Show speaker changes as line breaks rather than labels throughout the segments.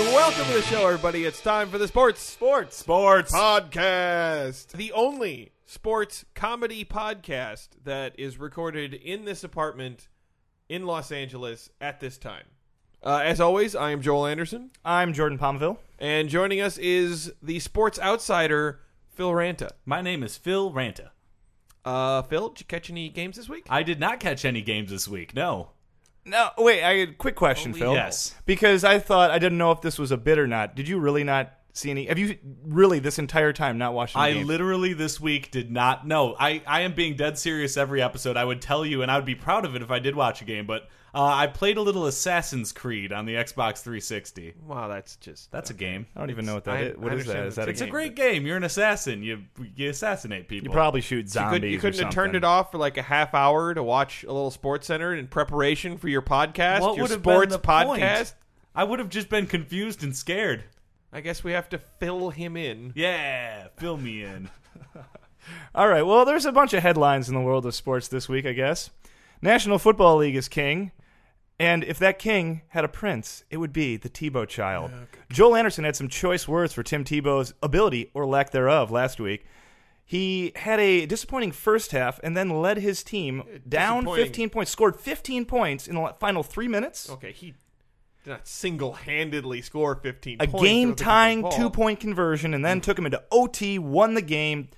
Welcome to the show, everybody. It's time for the Sports Sports
Sports.
Podcast. The only sports comedy podcast that is recorded in this apartment in Los Angeles at this time. Uh, as always, I am Joel Anderson,
I'm Jordan Palmville.
and joining us is the sports outsider, Phil Ranta.
My name is Phil Ranta.
Uh, Phil, did you catch any games this week?
I did not catch any games this week. No.
No, wait. I had a quick
Oh,
question, Phil.
Yes.
Because I thought I didn't know if this was a bid or not. Did you really not see any? Have you really this entire time not watched? the
I
game?
literally this week did not know. I, I am being dead serious every episode. I would tell you, and I would be proud of it if I did watch a game, but uh, I played a little Assassin's Creed on the Xbox 360.
Wow, that's just
That's a game.
I don't even know what that
I-
is. What
I
is that?
understand
Is
it's
that a
It's a
game?
great game. You're an assassin. You you assassinate people.
You probably shoot
You
zombies.
couldn't, you
or
couldn't have turned it
something.
off for like a half hour to watch a little sports center in preparation for your podcast,
what
your
would have
sports
been the point?
podcast.
I would have just been confused and scared.
I guess we have to fill him in.
Yeah, fill me in.
All right. Well, there's a bunch of headlines in the world of sports this week, I guess. National Football League is king. And if that king had a prince, it would be the Tebow child. Joel Anderson had some choice words for Tim Tebow's ability or lack thereof last week. He had a disappointing first half and then led his team down
disappointing.
15 points, scored 15 points in the la- final three minutes.
Okay, he did not single handedly score 15
a
points. It
game
was a
tying
ball. Hmm.
two point conversion and then took him into OT, won the game.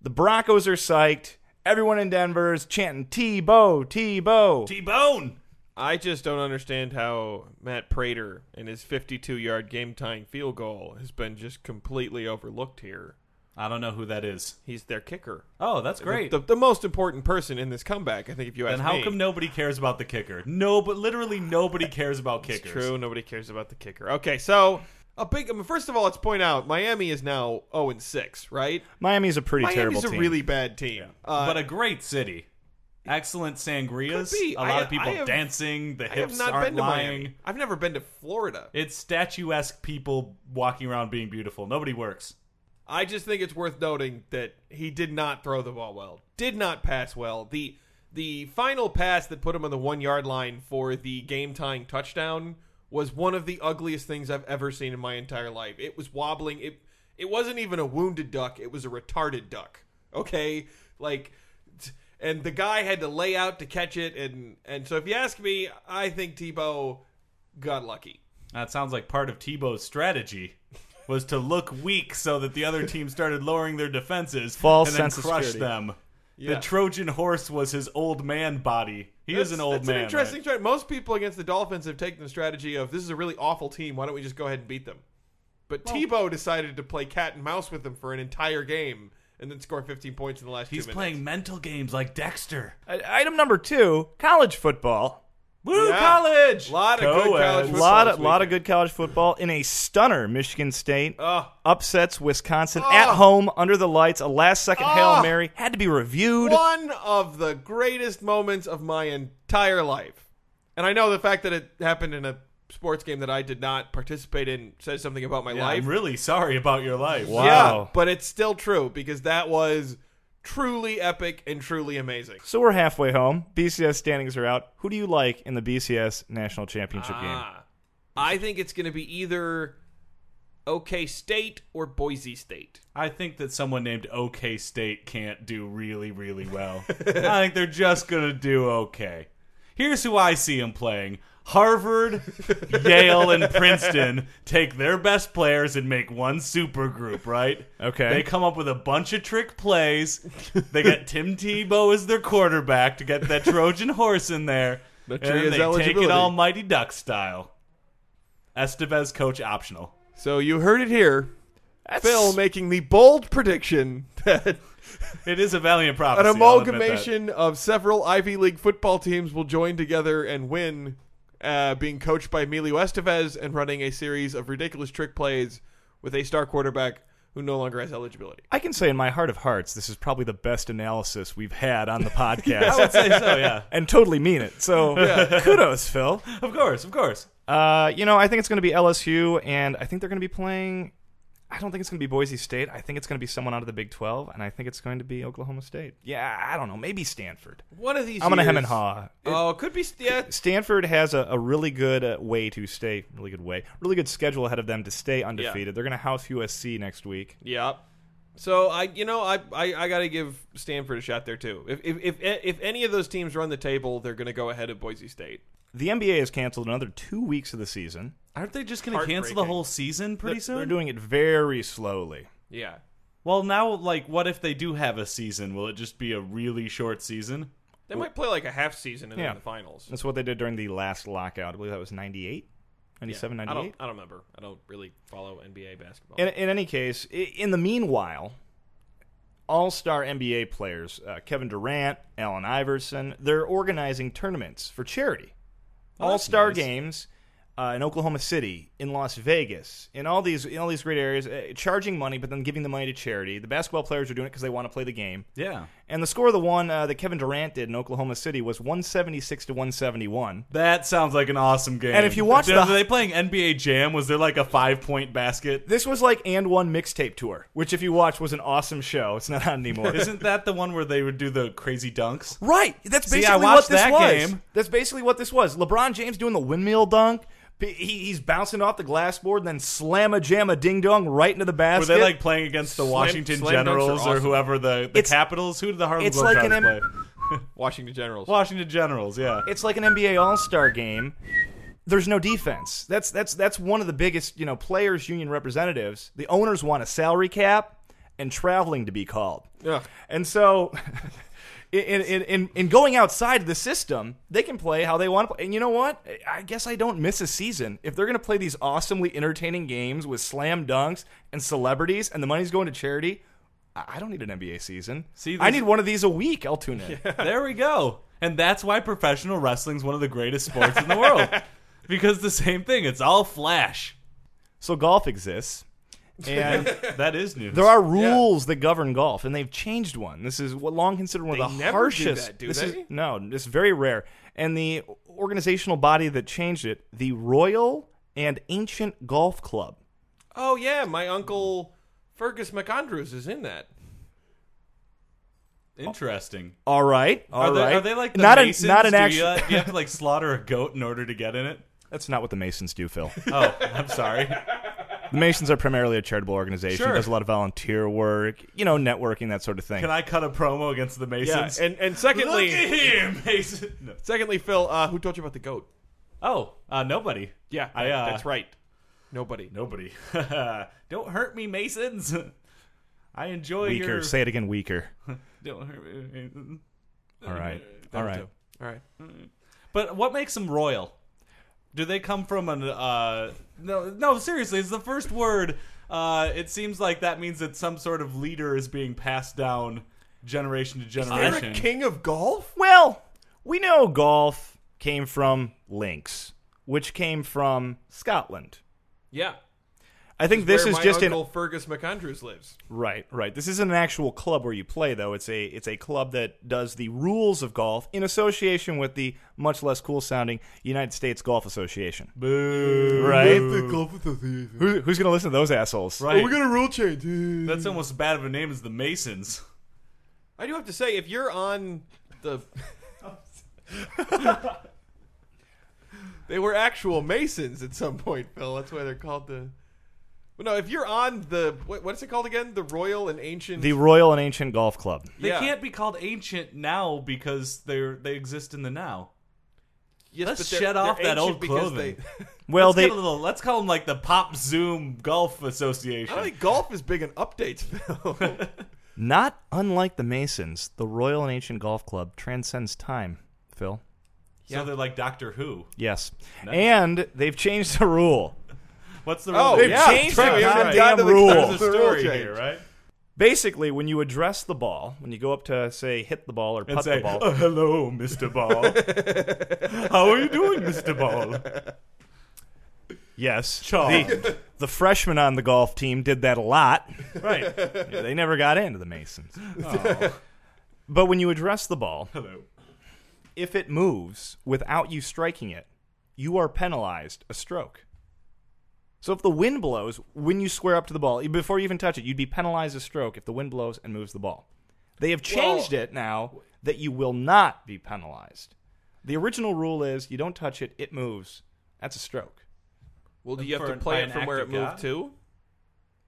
The Broncos are psyched. Everyone in Denver is chanting T-Bow, T-Bow.
T Bone.
I just don't understand how Matt Prater and his 52 yard game tying field goal has been just completely overlooked here.
I don't know who that is.
He's their kicker.
Oh, that's
The-
great.
The, the most important person in this comeback, I think, if you ask
Then how
me.
come nobody cares about the kicker? No, but literally nobody cares about kickers.
It's true. Nobody cares about the kicker. Okay, so a big. I mean, first of all, let's point out Miami is now zero and six, right?
Miami's a pretty terrible
Miami's a
team.
really bad team. Uh,
but a great city. Excellent sangrias.
Could be.
A
I-
lot of people
I have-
dancing. The
I have
hips
not
aren't
been to
lying.
Miami. I've never been to Florida.
It's statuesque people walking around being beautiful. Nobody works.
I just think it's worth noting that he did not throw the ball well, did not pass well. The the final pass that put him on the one yard line for the game tying touchdown was one of the ugliest things I've ever seen in my entire life. It was wobbling. It it wasn't even a wounded duck. It was a retarded duck. Okay, like, t- and the guy had to lay out to catch it. And and so if you ask me, I think Tebow got lucky.
That sounds like part of Tebow's strategy was to look weak so that the other team started lowering their defenses
False
and then
sense of
crush
security.
them.
Yeah.
The Trojan horse was his old man body. He is an old
that's
man.
An
right?
interesting strategy. Most people against the Dolphins have taken the strategy of this is a really awful team. Why don't we just go ahead and beat them? But Tebow decided to play cat and mouse with them for an entire game and then score 15 points in the last
He's
two minutes.
playing mental games like Dexter.
I- Item number two, college football.
Woo,
Yeah.
college!
Lot of good
Co-ed.
college
A
Football
lot
this
of, lot of
weekend.
good college football in a stunner. Michigan State
Oh.
upsets Wisconsin at home under the lights. A last second
Oh.
Hail Mary had to be reviewed.
One of the greatest moments of my entire life. And I know the fact that it happened in a sports game that I did not participate in says something about my
Yeah,
life.
I'm really sorry about your life.
Wow.
Yeah, but it's still true because that was truly epic and truly amazing.
So we're halfway home. BCS standings are out. Who do you like in the BCS national championship game?
Ah. I think it's going to be either OK State or Boise State.
I think that someone named OK State can't do really, really well. I think they're just going to do okay. Here's who I see them playing Harvard, Yale, and Princeton take their best players and make one super group, right?
Okay.
They come up with a bunch of trick plays. They got Tim Tebow as their quarterback to get that Trojan horse in there.
The
and
tree
then
is
they take
eligibility.
it all Mighty Duck style. Estevez coach optional.
So you heard it here.
That's-
Phil making the bold prediction that
It is a valiant prophecy.
an
I'll admit that.
amalgamation of several Ivy League football teams will join together and win, uh, being coached by Emilio Estevez and running a series of ridiculous trick plays with a star quarterback who no longer has eligibility.
I can say in my heart of hearts, this is probably the best analysis we've had on the podcast,
I would say so, yeah.
and totally mean it. So kudos, Phil.
Of course, of course.
Uh, you know, I think it's going to be LSU, and I think they're going to be playing. I don't think it's going to be Boise State. I think it's going to be someone out of the Big 12, and I think it's going to be Oklahoma State. Yeah, I don't know. Maybe Stanford.
One of these.
I'm going to
years-
hem and haw.
Oh, it could be. Yeah,
Stanford has a, a really good uh, way to stay, really good way, really good schedule ahead of them to stay undefeated. They're going to house USC next week.
Yep. So I, you know, I, I, I got to give Stanford a shot there too. If, if, if, if any of those teams run the table, they're going to go ahead of Boise State.
The NBA has canceled another two weeks of the season.
Aren't they just going to cancel the
Heartbreaking.
whole season pretty soon?
They're doing it very slowly.
Yeah.
well, now, like, what if they do have a season? Will it just be a really short season?
They might play like a half season and
Yeah.
then the finals.
That's what they did during the last lockout. I believe that was 98, 97,
I
98.
don't, I don't remember. I don't really follow NBA basketball.
In, in any case, i- in the meanwhile, all star NBA players, uh, Kevin Durant, Allen Iverson, they're organizing tournaments for charity. all star
Oh, nice.
games uh, in Oklahoma City, in Las Vegas, in all these in all these great areas, uh, charging money, but then giving the money to charity. The basketball players are doing it because they want to play the game.
Yeah.
And the score of the one uh, that Kevin Durant did in Oklahoma City was 176 to 171.
That sounds like an awesome game.
And if you watch
Did-
the-
were they playing NBA Jam? Was there like a five point basket?
This was like and one mixtape tour, which if you watch was an awesome show. It's not on anymore.
Isn't that the one where they would do the crazy dunks?
Right. That's
See,
basically
I
what
watched
this
that
was.
game.
That's basically what this was. LeBron James doing the windmill dunk. P- He, he's bouncing off the glass board and then slam a jam a ding dong right into the
Were
basket.
they like playing against the
Slam-
Washington
slam dunks are
Generals or
awesome.
whoever the, the
It's-
Capitals? Who did the Harlem
it's like
Globetrotters
an M-
play?
Washington Generals.
Washington Generals, yeah.
it's like an NBA All Star game. There's no defense. That's that's that's one of the biggest you know players union representatives. The owners want a salary cap and traveling to be called.
Ugh.
And so, in, in, in, in going outside the system, they can play how they want to play. And you know what? I guess I don't miss a season. If they're going to play these awesomely entertaining games with slam dunks and celebrities and the money's going to charity, I I don't need an NBA season.
See,
I
there's-
need one of these a week. I'll tune in.
there we go. And that's why professional wrestling's one of the greatest sports in the world. Because the same thing, it's all flash.
So, golf exists. And
That is news.
there are rules that govern golf, and they've changed one. This is what long considered one of
They
the
never do
harshest.
that, do
this is-
they?
no, it's very rare. And the organizational body that changed it, the Royal and Ancient Golf Club.
Oh yeah, my uncle Fergus McAndrews is in that.
Interesting.
All right, all
Are
right.
they, are they like the
not
Masons?
a, not an
do,
action?
you, uh, do you have to like slaughter a goat in order to get in it?
That's not what the Masons do, Phil.
Oh, I'm sorry.
the Masons are primarily a charitable organization.
Sure.
Does a lot of volunteer work, you know, networking that sort of thing.
Can I cut a promo against the
Yeah,
Masons?
and and
Look
secondly,
at here, Mason. No.
secondly, Phil, uh, who told you about the goat?
Oh, uh, nobody.
Yeah,
I, uh,
that's right. Nobody.
Nobody. Don't hurt me, Masons. I enjoy
weaker.
your.
Say it again. Weaker.
Don't hurt me, Masons.
All right.
That
All
would
right.
do. All right.
But what makes them royal? Do they come from an uh no no seriously, it's the first word. Uh it seems like that means that some sort of leader is being passed down generation to
You're
generation.
a king of golf.
Well, we know golf came from links, which came from Scotland.
Yeah.
I think this
Where
is
my
just
uncle
an
Fergus McAndrews lives.
right, right. This isn't an actual club where you play though. It's a it's a club that does the rules of golf in association with the much less cool sounding United States Golf Association.
Boo.
Right?
golf association.
Who, who's going to listen to those assholes?
Right.
got a rule change.
That's almost as bad of a name as the Masons.
I do have to say, if you're on the. they were actual Masons at some point, Phil. That's why they're called the. Well, no, if you're on the. What, what's it called again? The Royal and Ancient.
The Royal and Ancient Golf Club.
They
Yeah.
can't be called ancient now because they're they exist in the now.
Yes,
let's
but they're-
shed
they're
off that
ancient
old
because
clothing.
they-
Well,
let's
they
get a little, let's call them like the Pop Zoom Golf Association.
I don't think golf is big in updates, Phil.
not unlike the Masons, the Royal and Ancient Golf Club transcends time, Phil.
so they're like Doctor Who.
Yes. And they've changed the rule.
What's the
Oh,
rule?
They've
yeah,
changed
that's
the
right. We're
goddamn
down to the
rule.
closet.
There's
The
a
rule
story here,
change.
right?
Basically, when you address the ball, when you go up to say hit the ball or
And
putt
say,
the ball,
"Oh, hello, Mr. Ball. How are you doing, Mr. Ball?
yes,
Chaw.
the, the freshmen on the golf team did that a lot.
Right. Oh.
Yeah, they never got into the Masons. But when you address the ball,
Hello.
if it moves without you striking it, you are penalized a stroke. So if the wind blows, when you square up to the ball, e- before you even touch it, you'd be penalized a stroke if the wind blows and moves the ball. They have changed it now that you will not be penalized. The original rule is you don't touch it, it moves. That's a stroke.
Well, do you have
For
to
an-
play
by
it
an
from
act
where it
of
moved
God?
to?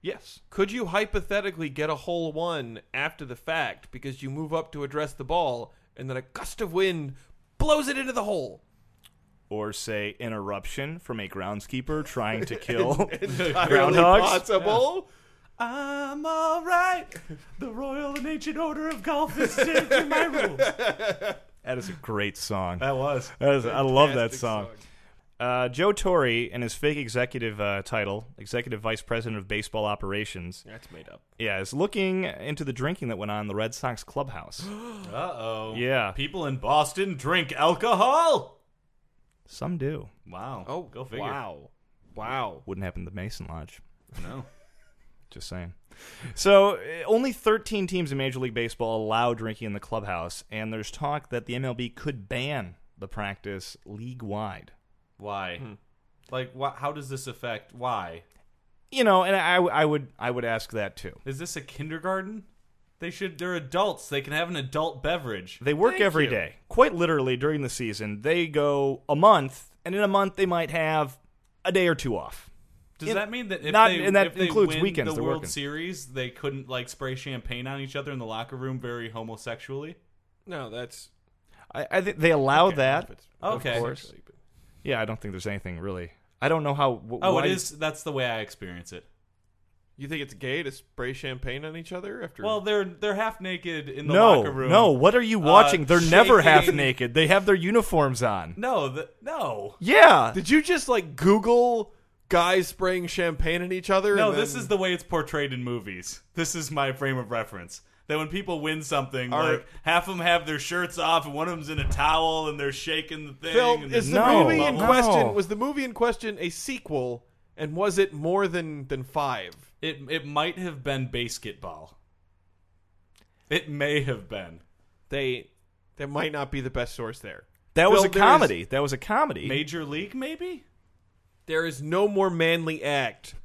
Yes.
Could you hypothetically get a hole one after the fact because you move up to address the ball and then a gust of wind blows it into the hole?
Or say interruption from a groundskeeper trying to kill.
Really
Groundhogs?
Possible.
I'm all right. The Royal and Ancient Order of Golf is saved in my rules.
that is a great song.
That was.
That is, I love that
Fantastic
song. Uh, Joe Torre and his fake executive uh, title, executive vice president of baseball operations,
That's made up.
yeah, is looking into the drinking that went on in the Red Sox clubhouse.
Uh oh.
Yeah.
People in Boston drink alcohol.
Some do.
Wow.
Oh,
go figure.
Wow. Wow.
Wouldn't happen to the Mason Lodge.
No.
Just saying. So, eh, only 13 teams in Major League Baseball allow drinking in the clubhouse, and there's talk that the MLB could ban the practice league wide.
Why? Like, wh- how does this affect? Why?
You know, and I, I would I would ask that too.
Is this a kindergarten? They should. They're adults. They can have an adult beverage.
They work
Thank
every
you.
day, Quite literally during the season, they go a month, and in a month they might have a day or two off.
Does
In-
that mean that if
not-
they,
and that
if they
includes
win
weekends,
the
they're
World
working.
Series, they couldn't like spray champagne on each other in the locker room very homosexually?
No, that's
I, I think they allow that.
Okay.
Of
course.
course.
Yeah, I don't think there's anything really. I don't know how. Wh-
Oh,
why-
it is. That's the way I experience it.
You think it's gay to spray champaign on each other after?
Well, they're they're half naked in the
No,
locker room. Uh,
no. What are you watching? They're never half
shaking.
naked. They have their uniforms on.
no, the, no,
Yeah,
did you just like Google guys spraying champagne on each other?
no.
and
This
then-
is the way it's portrayed in movies. This is my frame of reference. That when people win something,
All
like
right.
half of them have their shirts off, and one of them's in a towel, and they're shaking the thing.
Phil,
and
is the
there's
No.
movie in
No.
question was the movie in question a sequel, and was it more than than five?
It it might have been basketball. It may have been.
They that might not be the best source there.
that was
Phil,
a
there is-
comedy. That was a comedy.
Major League, maybe?
There is no more manly act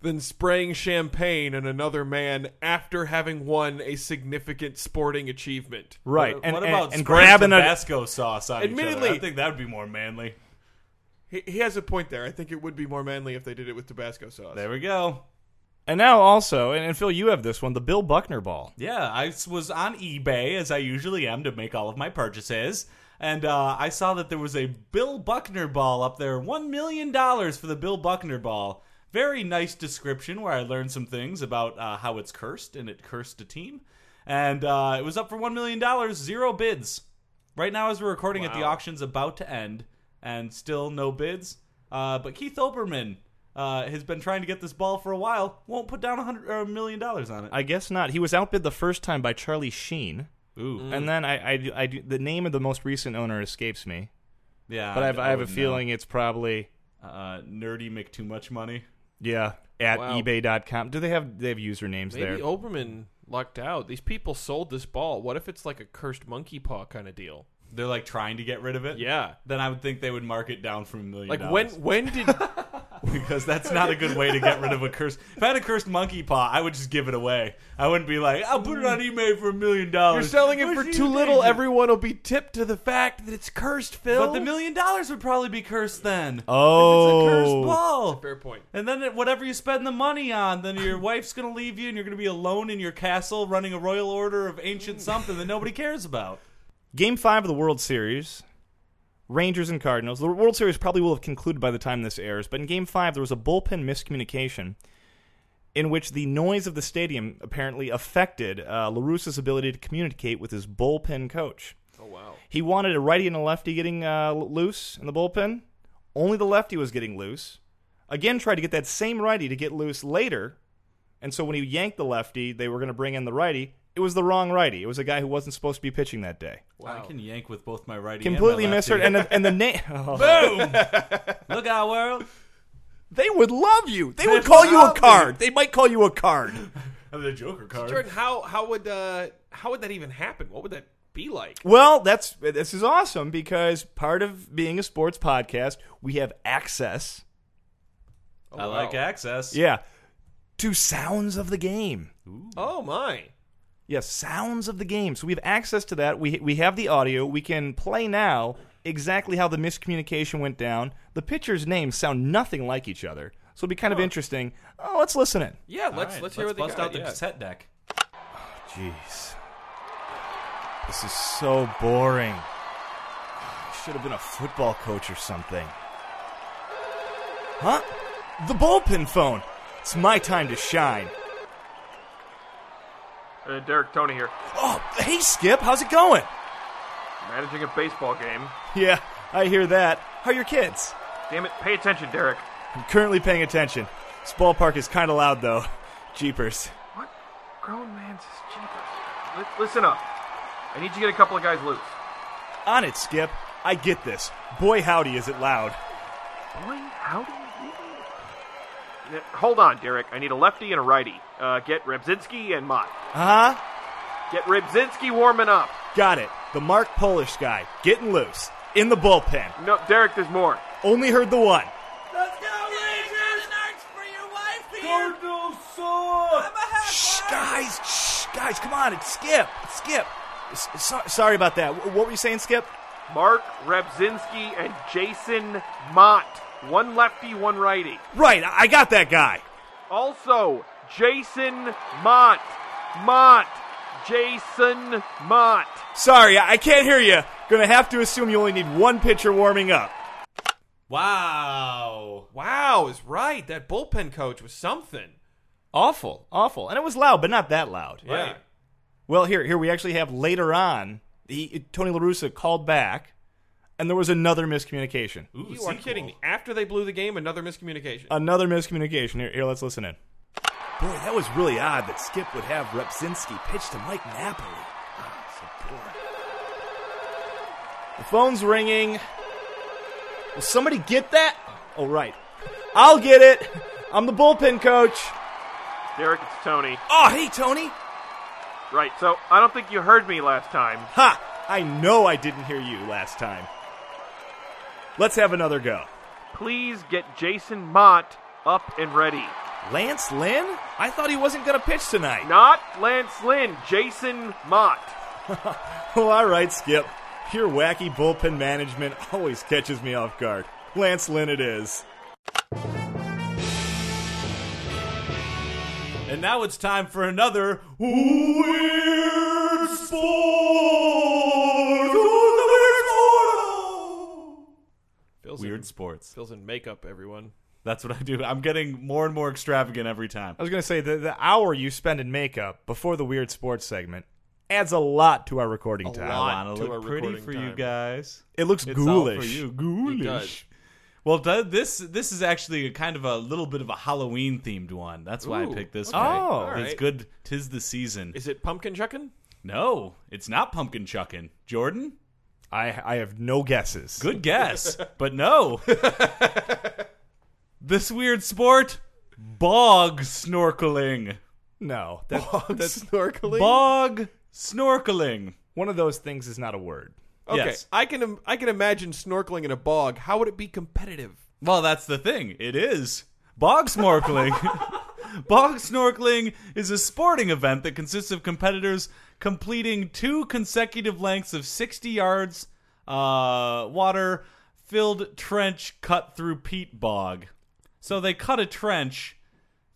than spraying champagne on another man after having won a significant sporting achievement.
right?
What,
and
what
and-
about
and
spraying
grabbing a
Tabasco sauce on each other?
Admittedly-
I think that would be more manly.
He, he has a point there. I think it would be more manly if they did it with Tabasco sauce.
There we go.
and now also and, and Phil, you have this one, the Bill Buckner ball.
Yeah, I s- was on eBay as I usually am to make all of my purchases, and uh, I saw that there was a Bill Buckner ball up there, one million dollars for the Bill Buckner ball. Very nice description where I learned some things about uh, how it's cursed and it cursed a team, and uh, it was up for one million dollars, zero bids. Right now, as we're recording it, the auction's about to end, and still no bids. Uh, but Keith Oberman uh, has been trying to get this ball for a while. Won't put down a hundred or a million dollars on it.
I guess not. He was outbid the first time by Charlie Sheen.
Ooh.
And then I, I, do- I do, the name of the most recent owner escapes me,
Yeah,
but I, have, I have a
wouldn't
feeling it's probably
know. Uh, nerdy make too much money.
yeah at
Wow.
eBay.com. Do they have they have usernames
Maybe
there?
Oberman lucked out. These people sold this ball. What if it's like a cursed monkey paw kind of deal?
They're like trying to get rid of it.
Yeah.
Then I would think they would mark it down from a million.
Like when
dollars.
when did
because that's not a good way to get rid of a cursed. If I had a cursed monkey paw, I would just give it away. I wouldn't be like, I'll put it on eBay for a million
you're
dollars.
selling it
Where's
for
the
too little,
danger?
everyone will be tipped to the fact that it's cursed, Phil.
But the million dollars would probably be cursed then.
Oh.
If it's a cursed ball.
fair point.
And then it- whatever you spend the money on, then your wife's gonna leave you, and you're gonna be alone in your castle running a royal order of ancient something that nobody cares about.
Game five of the World Series, Rangers and Cardinals. The World Series probably will have concluded by the time this airs, but in Game five there was a bullpen miscommunication in which the noise of the stadium apparently affected uh, Larusse's ability to communicate with his bullpen coach.
Oh wow.
He wanted a righty and a lefty getting uh, l- loose in the bullpen. Only the lefty was getting loose. Again, tried to get that same righty to get loose later. And so when he yanked the lefty, they were going to bring in the righty. It was the wrong righty. It was a guy who wasn't supposed to be pitching that day.
I can yank with both my righty.
Completely
and my
misheard.
lefty.
And the, and the Oh. name.
boom. Look out, world.
they would love you. They would call you a card. They might call you a card.
I'm the Joker card.
Jordan, how how would uh how would that even happen? What would that be like?
Well, that's this is awesome because part of being a sports podcast, we have access
Oh,
I like
wow.
access.
Yeah. To sounds of the game.
Oh my!
Yes, sounds of the game. So we have access to that. We we have the audio. We can play now exactly how the miscommunication went down. The pitchers' names sound nothing like each other, so it'll be kind of interesting. Oh, let's listen in.
Yeah,
All
let's
right,
let's hear what they
bust
got.
out the
yeah.
cassette deck.
Jeez, this is so boring. I should have been a football coach or something. Huh? The bullpen phone. It's my time to shine.
Uh, Derek Tony here,
Oh, hey Skip, how's it going?
managing a baseball game.
Yeah, I hear that. How are your kids?
Damn it, pay attention, Derek.
I'm currently paying attention. This ballpark is kind of loud, though. Jeepers.
What? Grown man's is cheaper. Li- listen up. I need you to get a couple of guys loose.
On it, Skip. I get this. Boy, howdy, is it loud.
Boy, how do you do it? Uh, Hold on, Derek. I need a lefty and a righty. Uh, get Rebzinski and Mott.
Uh huh.
Get Rebzinski warming up.
Got it. The Mark Polish guy getting loose in the bullpen.
No, Derek, there's more.
Only heard the one.
Let's go, Rangers! Arch for your wife, Peter!
Cardinal
I'm a half
Shh, guys. Shh, guys. Come on, it's Skip. It's Skip. S- so- sorry about that. W- what were you saying, Skip?
Mark Rebzinski and Jason Mott. One lefty, one righty.
Right. I, I got that guy.
Also, Jason Mott. Mott. Jason Mott.
Sorry, I, I can't hear you. Gonna have to assume you only need one pitcher warming up.
Wow.
Wow, is right. That bullpen coach was something awful.
Awful. And it was loud, but not that loud.
Yeah.
Right.
Well, here, here we actually have later on. He, Tony La Russa called back, and there was another miscommunication.
Ooh,
You are kidding me. After they blew the game, another miscommunication.
Uh,
Another miscommunication. Here, here, let's listen in. Boy, that was really odd that Skip would have Repzinski pitch to Mike Napoli. Ah, so boring. The phone's ringing. Will somebody get that? Oh, right. I'll get it. I'm the bullpen coach.
Derek, it's Tony.
Oh, hey, Tony.
Right, so I don't think you heard me last time.
Ha! I know I didn't hear you last time. Let's have another go.
Please get Jason Mott up and ready.
Lance Lynn? I thought he wasn't going to pitch tonight.
Not Lance Lynn, Jason Mott.
Well, Oh, all right, Skip. Your wacky bullpen management always catches me off guard. Lance Lynn it is.
And now it's time for another weird sport.
Phil's in,
Weird sports.
Phil's in makeup, everyone.
That's what I do. I'm getting more and more extravagant every time.
I was going to say the, the hour you spend in makeup before the weird sports segment adds a lot to our recording time.
lot.
I want
to
to
our
look pretty
recording
for you
time.
guys.
It looks
It's all
ghoulish.
for you.
It
Ghoulish.
does.
Well, th- this this is actually a kind of a little bit of a Halloween themed one. That's why I
Ooh,
picked this
okay.
one.
Oh.
it's
Alright.
good. Tis the season.
Is it pumpkin chucking?
no, it's not pumpkin chucking. Jordan,
I, I have no guesses.
good guess, but no. this weird sport, bog snorkeling.
No. That, that's snorkeling.
Bog snorkeling.
One of those things is not a word.
Okay,
Yes.
I can im- I can imagine snorkeling in a bog. How would it be competitive?
Well, that's the thing. It is bog snorkeling. bog snorkeling is a sporting event that consists of competitors completing two consecutive lengths of 60 yards uh, water filled trench cut through peat bog. So they cut a trench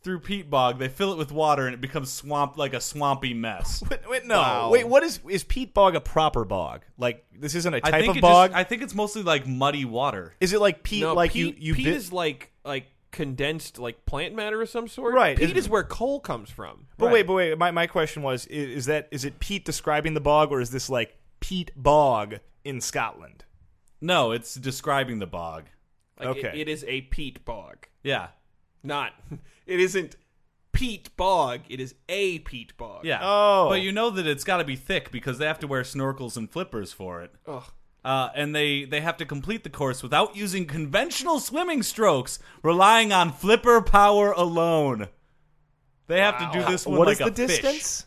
through peat bog, they fill it with water, and it becomes swamp like a swampy mess.
Wait, wait, no. Wait, what is is peat bog a proper bog? Like this isn't a type
I think,
of
it
bog.
Just, I think it's mostly like muddy water.
is it like peat?
No,
like
peat,
you you
peat
bit-
is like like condensed like plant matter of some sort.
Right,
Peat
isn't-
is where coal comes from.
But wait, but wait. My my question was: is, is that is it peat describing the bog, or is this like peat bog in Scotland?
No, it's describing the bog.
Like, it-
Okay.
it is a peat bog.
Yeah.
Not it isn't peat bog. It is a peat bog.
Yeah.
Oh.
But you know that it's got to be thick because they have to wear snorkels and flippers for it.
Ugh.
Uh, and they, they have to complete the course without using conventional swimming strokes, relying on flipper power alone. They have to do this one
What
like
is
a
the
Fish.
distance?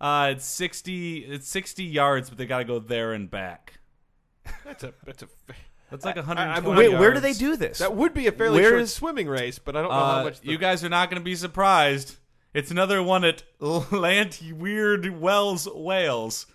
Uh, it's sixty. It's sixty yards, but they got to go there and back.
That's a that's a
That's like
I-
120
I'm-
Wait, where
yards.
do they do this?
That would be a fairly
Where
short
is-
swimming race, but I don't know how
Uh,
much. the-
you guys are not going to be surprised. It's another one at Lant Weird Wells, Wales.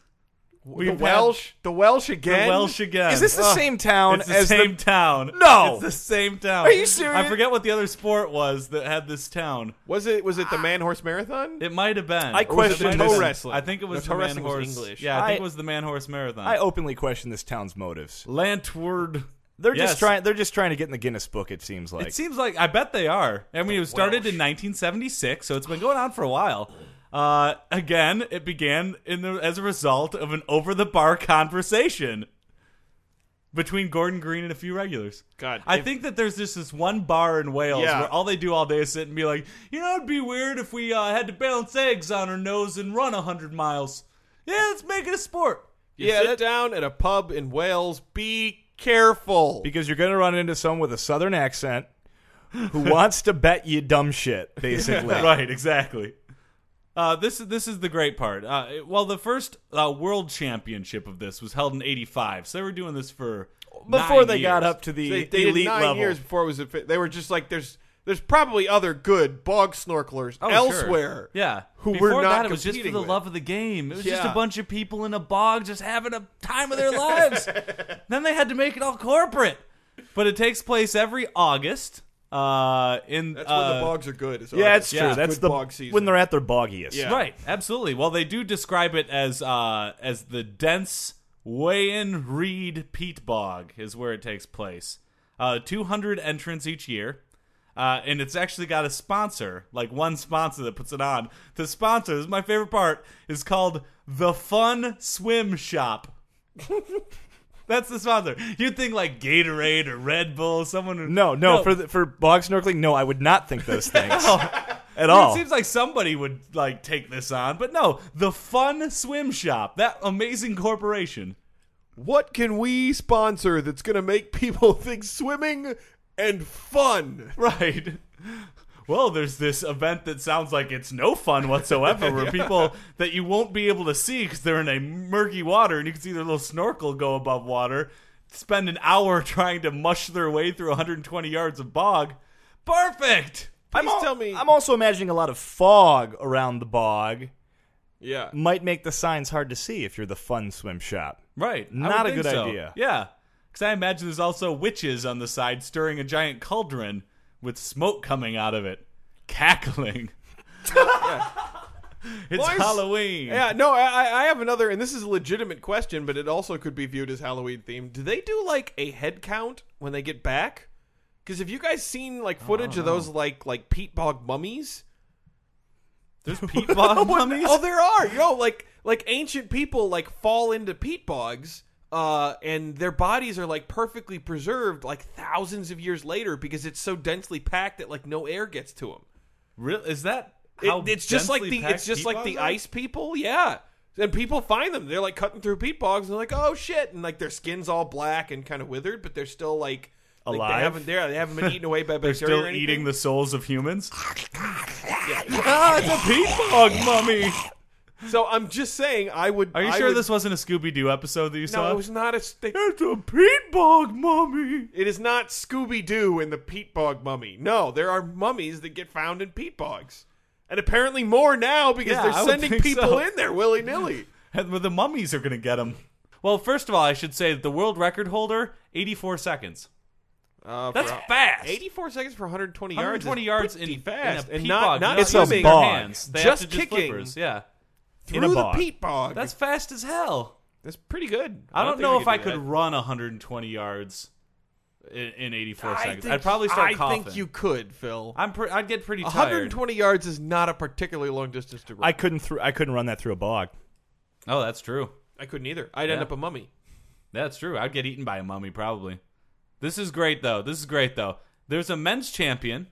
the
We've
Welsh, the Welsh
had
again.
the Welsh again.
Is this the
Ugh.
same town
It's the
as
same
the?
town.
No!
it's the same town.
Are you serious?
I forget what the other sport was that had this town.
Was it? Was it the Man Horse Marathon?
It might have been. Or was
I
it
question
might have
toe
been-
wrestling.
I think it was
No, toe
the man
wrestling was
horse.
English.
Yeah, I, think
I-
it was the man horse marathon.
I openly question this town's motives.
Lantward.
They're just
Yes.
trying. They're just trying to get in the Guinness book. It seems like.
It seems like I bet they are. I mean, it was started in 1976, so it's been going on for a while. Uh, again, it began in the as a result of an over-the-bar conversation between Gordon Green and a few regulars.
God,
I
if-
think that there's just this one bar in Wales
Yeah.
where all they do all day is sit and be like, you know, it'd be weird if we uh, had to balance eggs on our nose and run 100 miles. Yeah, let's make it a sport.
You sit down at a pub in Wales. Be careful.
because you're going to run into someone with a southern accent who wants to bet you dumb shit basically
right, exactly. Uh, this is this is the great part. Uh, it- well, the first uh, world championship of this was held in '85, so they were doing this for
before
nine
they got
years.
up to the
they, they did
elite
nine
level
years before it was. A, fi- they were just like there's. There's probably other good bog snorkelers
Oh, sure.
elsewhere.
Yeah,
who
Before
we're not
that, it was just for
competing
the
with.
love of the game. It was just
Yeah.
a bunch of people in a bog just having a time of their lives. then they had to make it all corporate. But it takes place every August. Uh, in
That's
uh,
when the bogs are good. is
yeah
August.
it's
Yeah.
true that's
Good
the
bog season.
when they're at their boggiest
Yeah.
Right, absolutely. Well, they do describe it as uh, as the dense Wayan Reed peat bog is where it takes place. Uh, 200 entrants each year, uh, and it's actually got a sponsor, like one sponsor that puts it on. The sponsor, this is my favorite part, is called the Fun Swim Shop. That's the sponsor. You'd think like Gatorade or Red Bull, someone. who-
no no, for the, for bog snorkeling no i would not think those things at
It
all
seems like somebody would like take this on, but no, the Fun Swim Shop, that amazing corporation.
What can we sponsor that's going to make people think swimming and fun?
Right. Well, there's this event that sounds like it's no fun whatsoever, where people that you won't be able to see because they're in a murky water, and you can see their little snorkel go above water, spend an hour trying to mush their way through 120 yards of bog. Perfect.
I'm,
Please
al-
tell me-
I'm also imagining a lot of fog around the bog
Yeah.
might make the signs hard to see if you're the fun swim shop
Right. I
Not
would
a
think
good
so.
idea.
Yeah. Because I imagine there's also witches on the side stirring a giant cauldron with smoke coming out of it, cackling. it's
Boys-
Halloween.
Yeah, no, I, I- I have another, and this is a legitimate question, but it also could be viewed as Halloween themed. Do they do like a head count when they get back? Because have you guys seen like footage of those like like peat bog mummies?
There's peat bog mummies.
Oh, there are. Yo, like like ancient people like fall into peat bogs, uh, and their bodies are like perfectly preserved like thousands of years later because it's so densely packed that like no air gets to them.
Real- Is that
It-
how
it's just like
densely
the
packed
it's just
peat
like
bogs
the
are?
ice people, yeah. And people find them. They're like cutting through peat bogs, and they're like, "Oh shit!" And like their skin's all black and kind of withered, but they're still like like,
Alive?
they haven't there. They haven't been eaten away by
They're
bacteria.
still
or anything.
eating the souls of humans. ah, it's a peat bog mummy.
So I'm just saying, I would.
Are you
I
sure
would-
this wasn't a Scooby Doo episode that you
No,
saw?
it was not a. St-
it's a peat bog mummy.
It is not Scooby Doo and the peat bog mummy. No, there are mummies that get found in peat bogs, and apparently more now because
Yeah, I
they're
would
sending
think
people
so.
in there willy nilly.
And the mummies are going to get him. Well, first of all, I should say that the world record holder, 84 seconds.
Uh,
That's
for-
fast.
84 seconds for 120 yards.
120
is
yards
pretty
in,
fast,
in a
and
peat
not
bog.
not
No
It's a
swimming
swimming.
their
bog.
hands. They
Just
have to just
kicking.
flippers. Yeah,
in a
through the
bog.
peat bog.
that's fast as hell.
that's pretty good.
I don't,
think
know if I
do
could
that.
run 120 yards in, in 84
I
seconds.
think-
I'd probably start
I
coughing.
think you could, Phil.
I'm. Pre- I'd get pretty tired.
120 yards is not a particularly long distance to run.
i couldn't thr i couldn't run that through a bog
Oh, that's true.
I couldn't either. I'd end
Yeah.
up a mummy.
That's true. I'd get eaten by a mummy probably. This is great though. This is great though. There's a men's champion.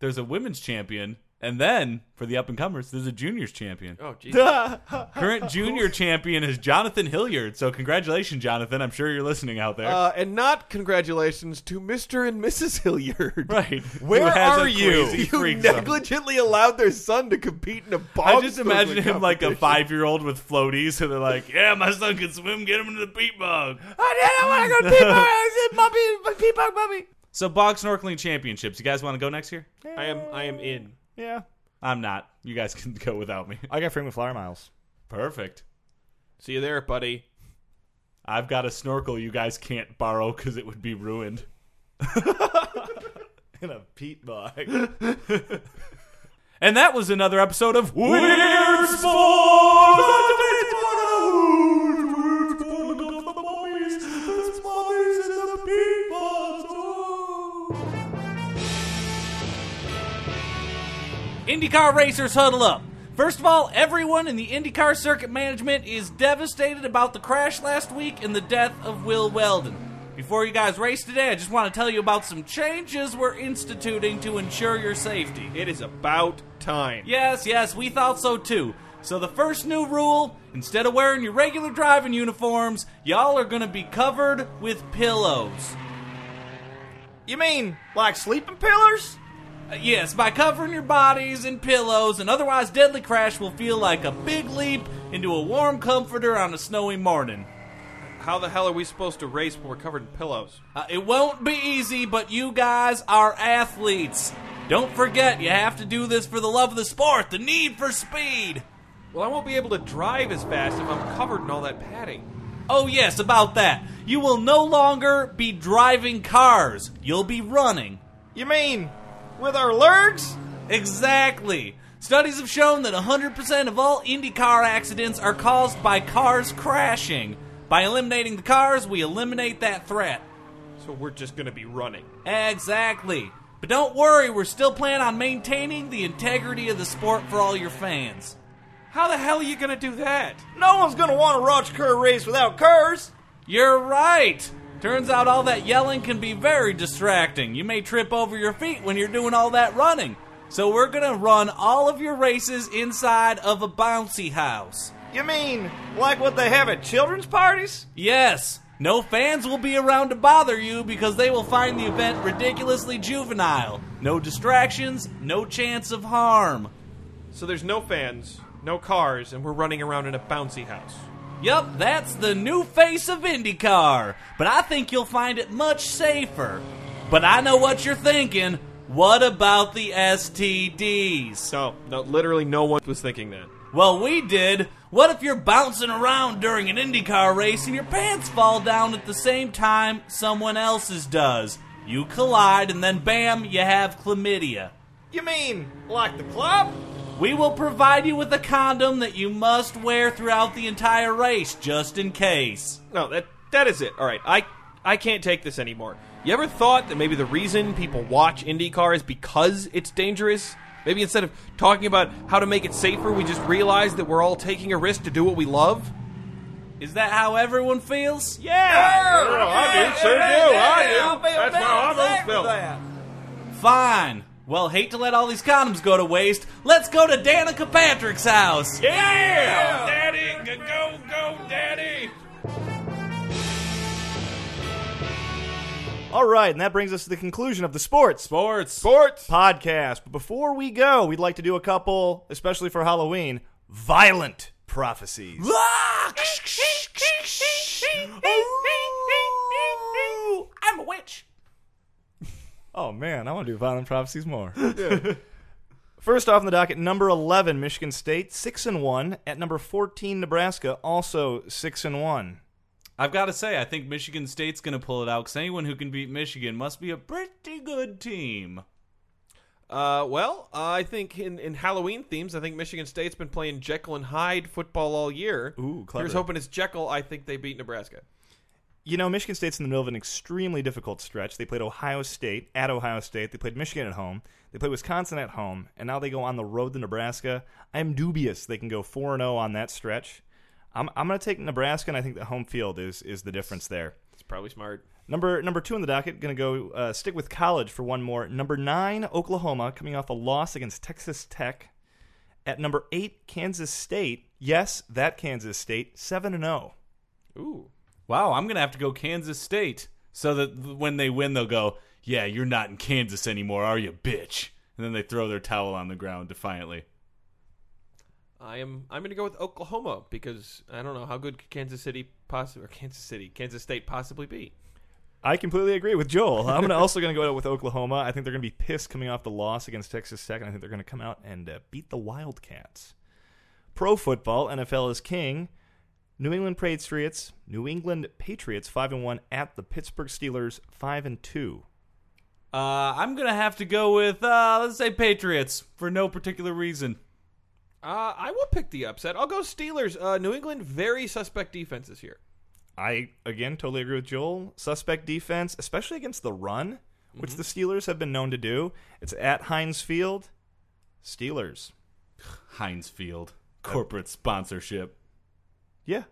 There's a women's champion, And then for the up and comers, there's a juniors champion.
Oh, geez.
Current junior champion is Jonathan Hilliard. So congratulations, Jonathan. I'm sure you're listening out there.
Uh, and not congratulations to Mr. and Mrs. Hilliard.
right.
Where
Who has
are
a
you?
crazy
You
freak zone.
negligently allowed their son to compete in a bog.
I just
snorkeling
imagine him like a
competition.
five year old with floaties, so they're like, "Yeah, my son can swim. Get him into the peat bog."
I didn't want to go to Peabody. Peabody, Bobby.
So bog snorkeling championships. You guys want to go next year?
I am. I am in.
Yeah.
I'm not. You guys can go without me.
I got Freeman Flower Miles.
Perfect.
See you there, buddy.
I've got a snorkel you guys can't borrow because it would be ruined.
In a peat bog.
And that was another episode of Weird Sports. IndyCar racers huddle up. First of all, everyone in the IndyCar circuit management is devastated about the crash last week and the death of Will Weldon. Before you guys race today, I just want to tell you about some changes we're instituting to ensure your safety.
It is about time.
Yes, yes, we thought so too. So the first new rule, instead of wearing your regular driving uniforms, y'all are going to be covered with pillows.
You mean?
Like sleeping pillars?
Uh, Yes, by covering your bodies in pillows, an otherwise deadly crash will feel like a big leap into a warm comforter on a snowy morning.
How the hell are we supposed to race when we're covered in pillows?
Uh, it won't be easy, but you guys are athletes. Don't forget, you have to do this for the love of the sport, the need for speed.
Well, I won't be able to drive as fast if I'm covered in all that padding.
Oh, yes, about that. You will no longer be driving cars, you'll be running.
You mean with our lurgs?
Exactly. Studies have shown that 100% of all IndyCar accidents are caused by cars crashing. By eliminating the cars, we eliminate that threat.
So we're just gonna be running.
Exactly. But don't worry, we're still planning on maintaining the integrity of the sport for all your fans.
How the hell are you gonna do that?
No one's gonna want to watch cur race without curs.
You're right! Turns out all that yelling can be very distracting. You may trip over your feet when you're doing all that running. So we're gonna run all of your races inside of a bouncy house.
You mean like what they have at children's parties?
Yes, no fans will be around to bother you because they will find the event ridiculously juvenile. No distractions, no chance of harm.
So there's no fans, no cars, and we're running around in a bouncy house.
Yup, that's the new face of IndyCar. But I think you'll find it much safer. But I know what you're thinking. What about the STDs?
No, no, literally no one was thinking that.
Well, we did. What if you're bouncing around during an IndyCar race and your pants fall down at the same time someone else's does? You collide and then bam, you have chlamydia.
You mean like the club?
We will provide you with a condom that you must wear throughout the entire race just in case.
No, that that is it. All right, I I can't take this anymore. You ever thought that maybe the reason people watch IndyCar is because it's dangerous? Maybe instead of talking about how to make it safer, we just realize that we're all taking a risk to do what we love?
Is that how everyone feels?
Yeah!
Oh, I do, sure do, I do. That's how I almost felt.
Fine. Well, hate to let all these condoms go to waste. Let's go to Danica Patrick's house.
All right, and that brings us to the conclusion of the sports
Sports.
Sports!
podcast. But before we go, we'd like to do a couple, especially for Halloween, violent prophecies.
I'm a witch.
Oh man, I want to do violent prophecies more. First off in the docket, number eleven, Michigan State, six and one. At number fourteen, Nebraska, also six and one.
I've got to say, I think Michigan State's going to pull it out because anyone who can beat Michigan must be a pretty good team.
Uh, well, uh, I think in, in Halloween themes, I think Michigan State's been playing Jekyll and Hyde football all year.
Ooh, clever.
Here's hoping it's Jekyll. I think they beat Nebraska.
You know, Michigan State's in the middle of an extremely difficult stretch. They played Ohio State at Ohio State. They played Michigan at home. They played Wisconsin at home, and now they go on the road to Nebraska. I'm dubious they can go oh four and zero on that stretch. I'm I'm going to take Nebraska, and I think the home field is is the difference there.
It's probably smart.
Number number two on the docket, going to go uh, stick with college for one more. Number nine, Oklahoma, coming off a loss against Texas Tech. At number eight, Kansas State. Yes, that Kansas State, seven and oh. zero.
Ooh.
Wow, I'm gonna have to go Kansas State so that th- when they win, they'll go, "Yeah, you're not in Kansas anymore, are you, bitch?" And then they throw their towel on the ground defiantly.
I am. I'm going to go with Oklahoma because I don't know how good could Kansas City possibly or Kansas City, Kansas State possibly be.
I completely agree with Joel. I'm gonna also going to go with Oklahoma. I think they're going to be pissed coming off the loss against Texas Tech, and I think they're going to come out and uh, beat the Wildcats. Pro football, NFL is king. New England Patriots, New England Patriots, five and one at the Pittsburgh Steelers, five and two.
Uh, I'm gonna have to go with uh, let's say Patriots for no particular reason.
Uh, I will pick the upset. I'll go Steelers. Uh, New England very suspect defense this year.
I again totally agree with Joel. Suspect defense, especially against the run, which the Steelers have been known to do. It's at Heinz Field. Steelers.
Heinz Field corporate sponsorship.
Yeah.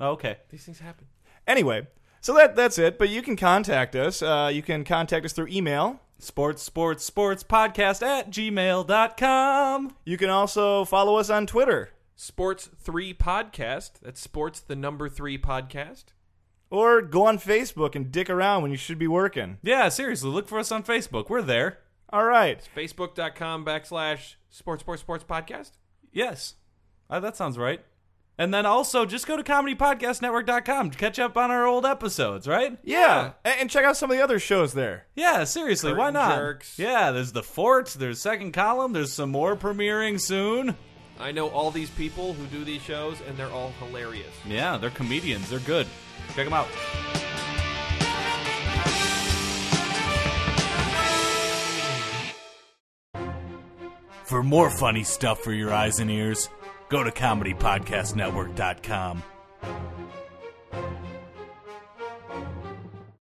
Okay,
These things happen.
Anyway, so that that's it. But you can contact us. Uh, you can contact us through email.
sports, sports, sports podcast at gmail.com.
You can also follow us on Twitter
Sports Three Podcast. That's Sports the number three podcast.
or go on Facebook and dick around when you should be working.
Yeah, seriously, look for us on Facebook. We're there.
All right.
Facebook.com backslash sports sports sports podcast.
Yes. Uh, that sounds right. And then also just go to comedypodcastnetwork.com to catch up on our old episodes, right?
Yeah. A- And check out some of the other shows there.
Yeah, seriously, why
Curtain
not?
jerks.
Yeah, there's The Fort, there's Second Column, there's some more premiering soon.
I know all these people who do these shows, and they're all hilarious.
Yeah, they're comedians, they're good. Check them out. For more funny stuff for your eyes and ears, go to comedypodcastnetwork.com.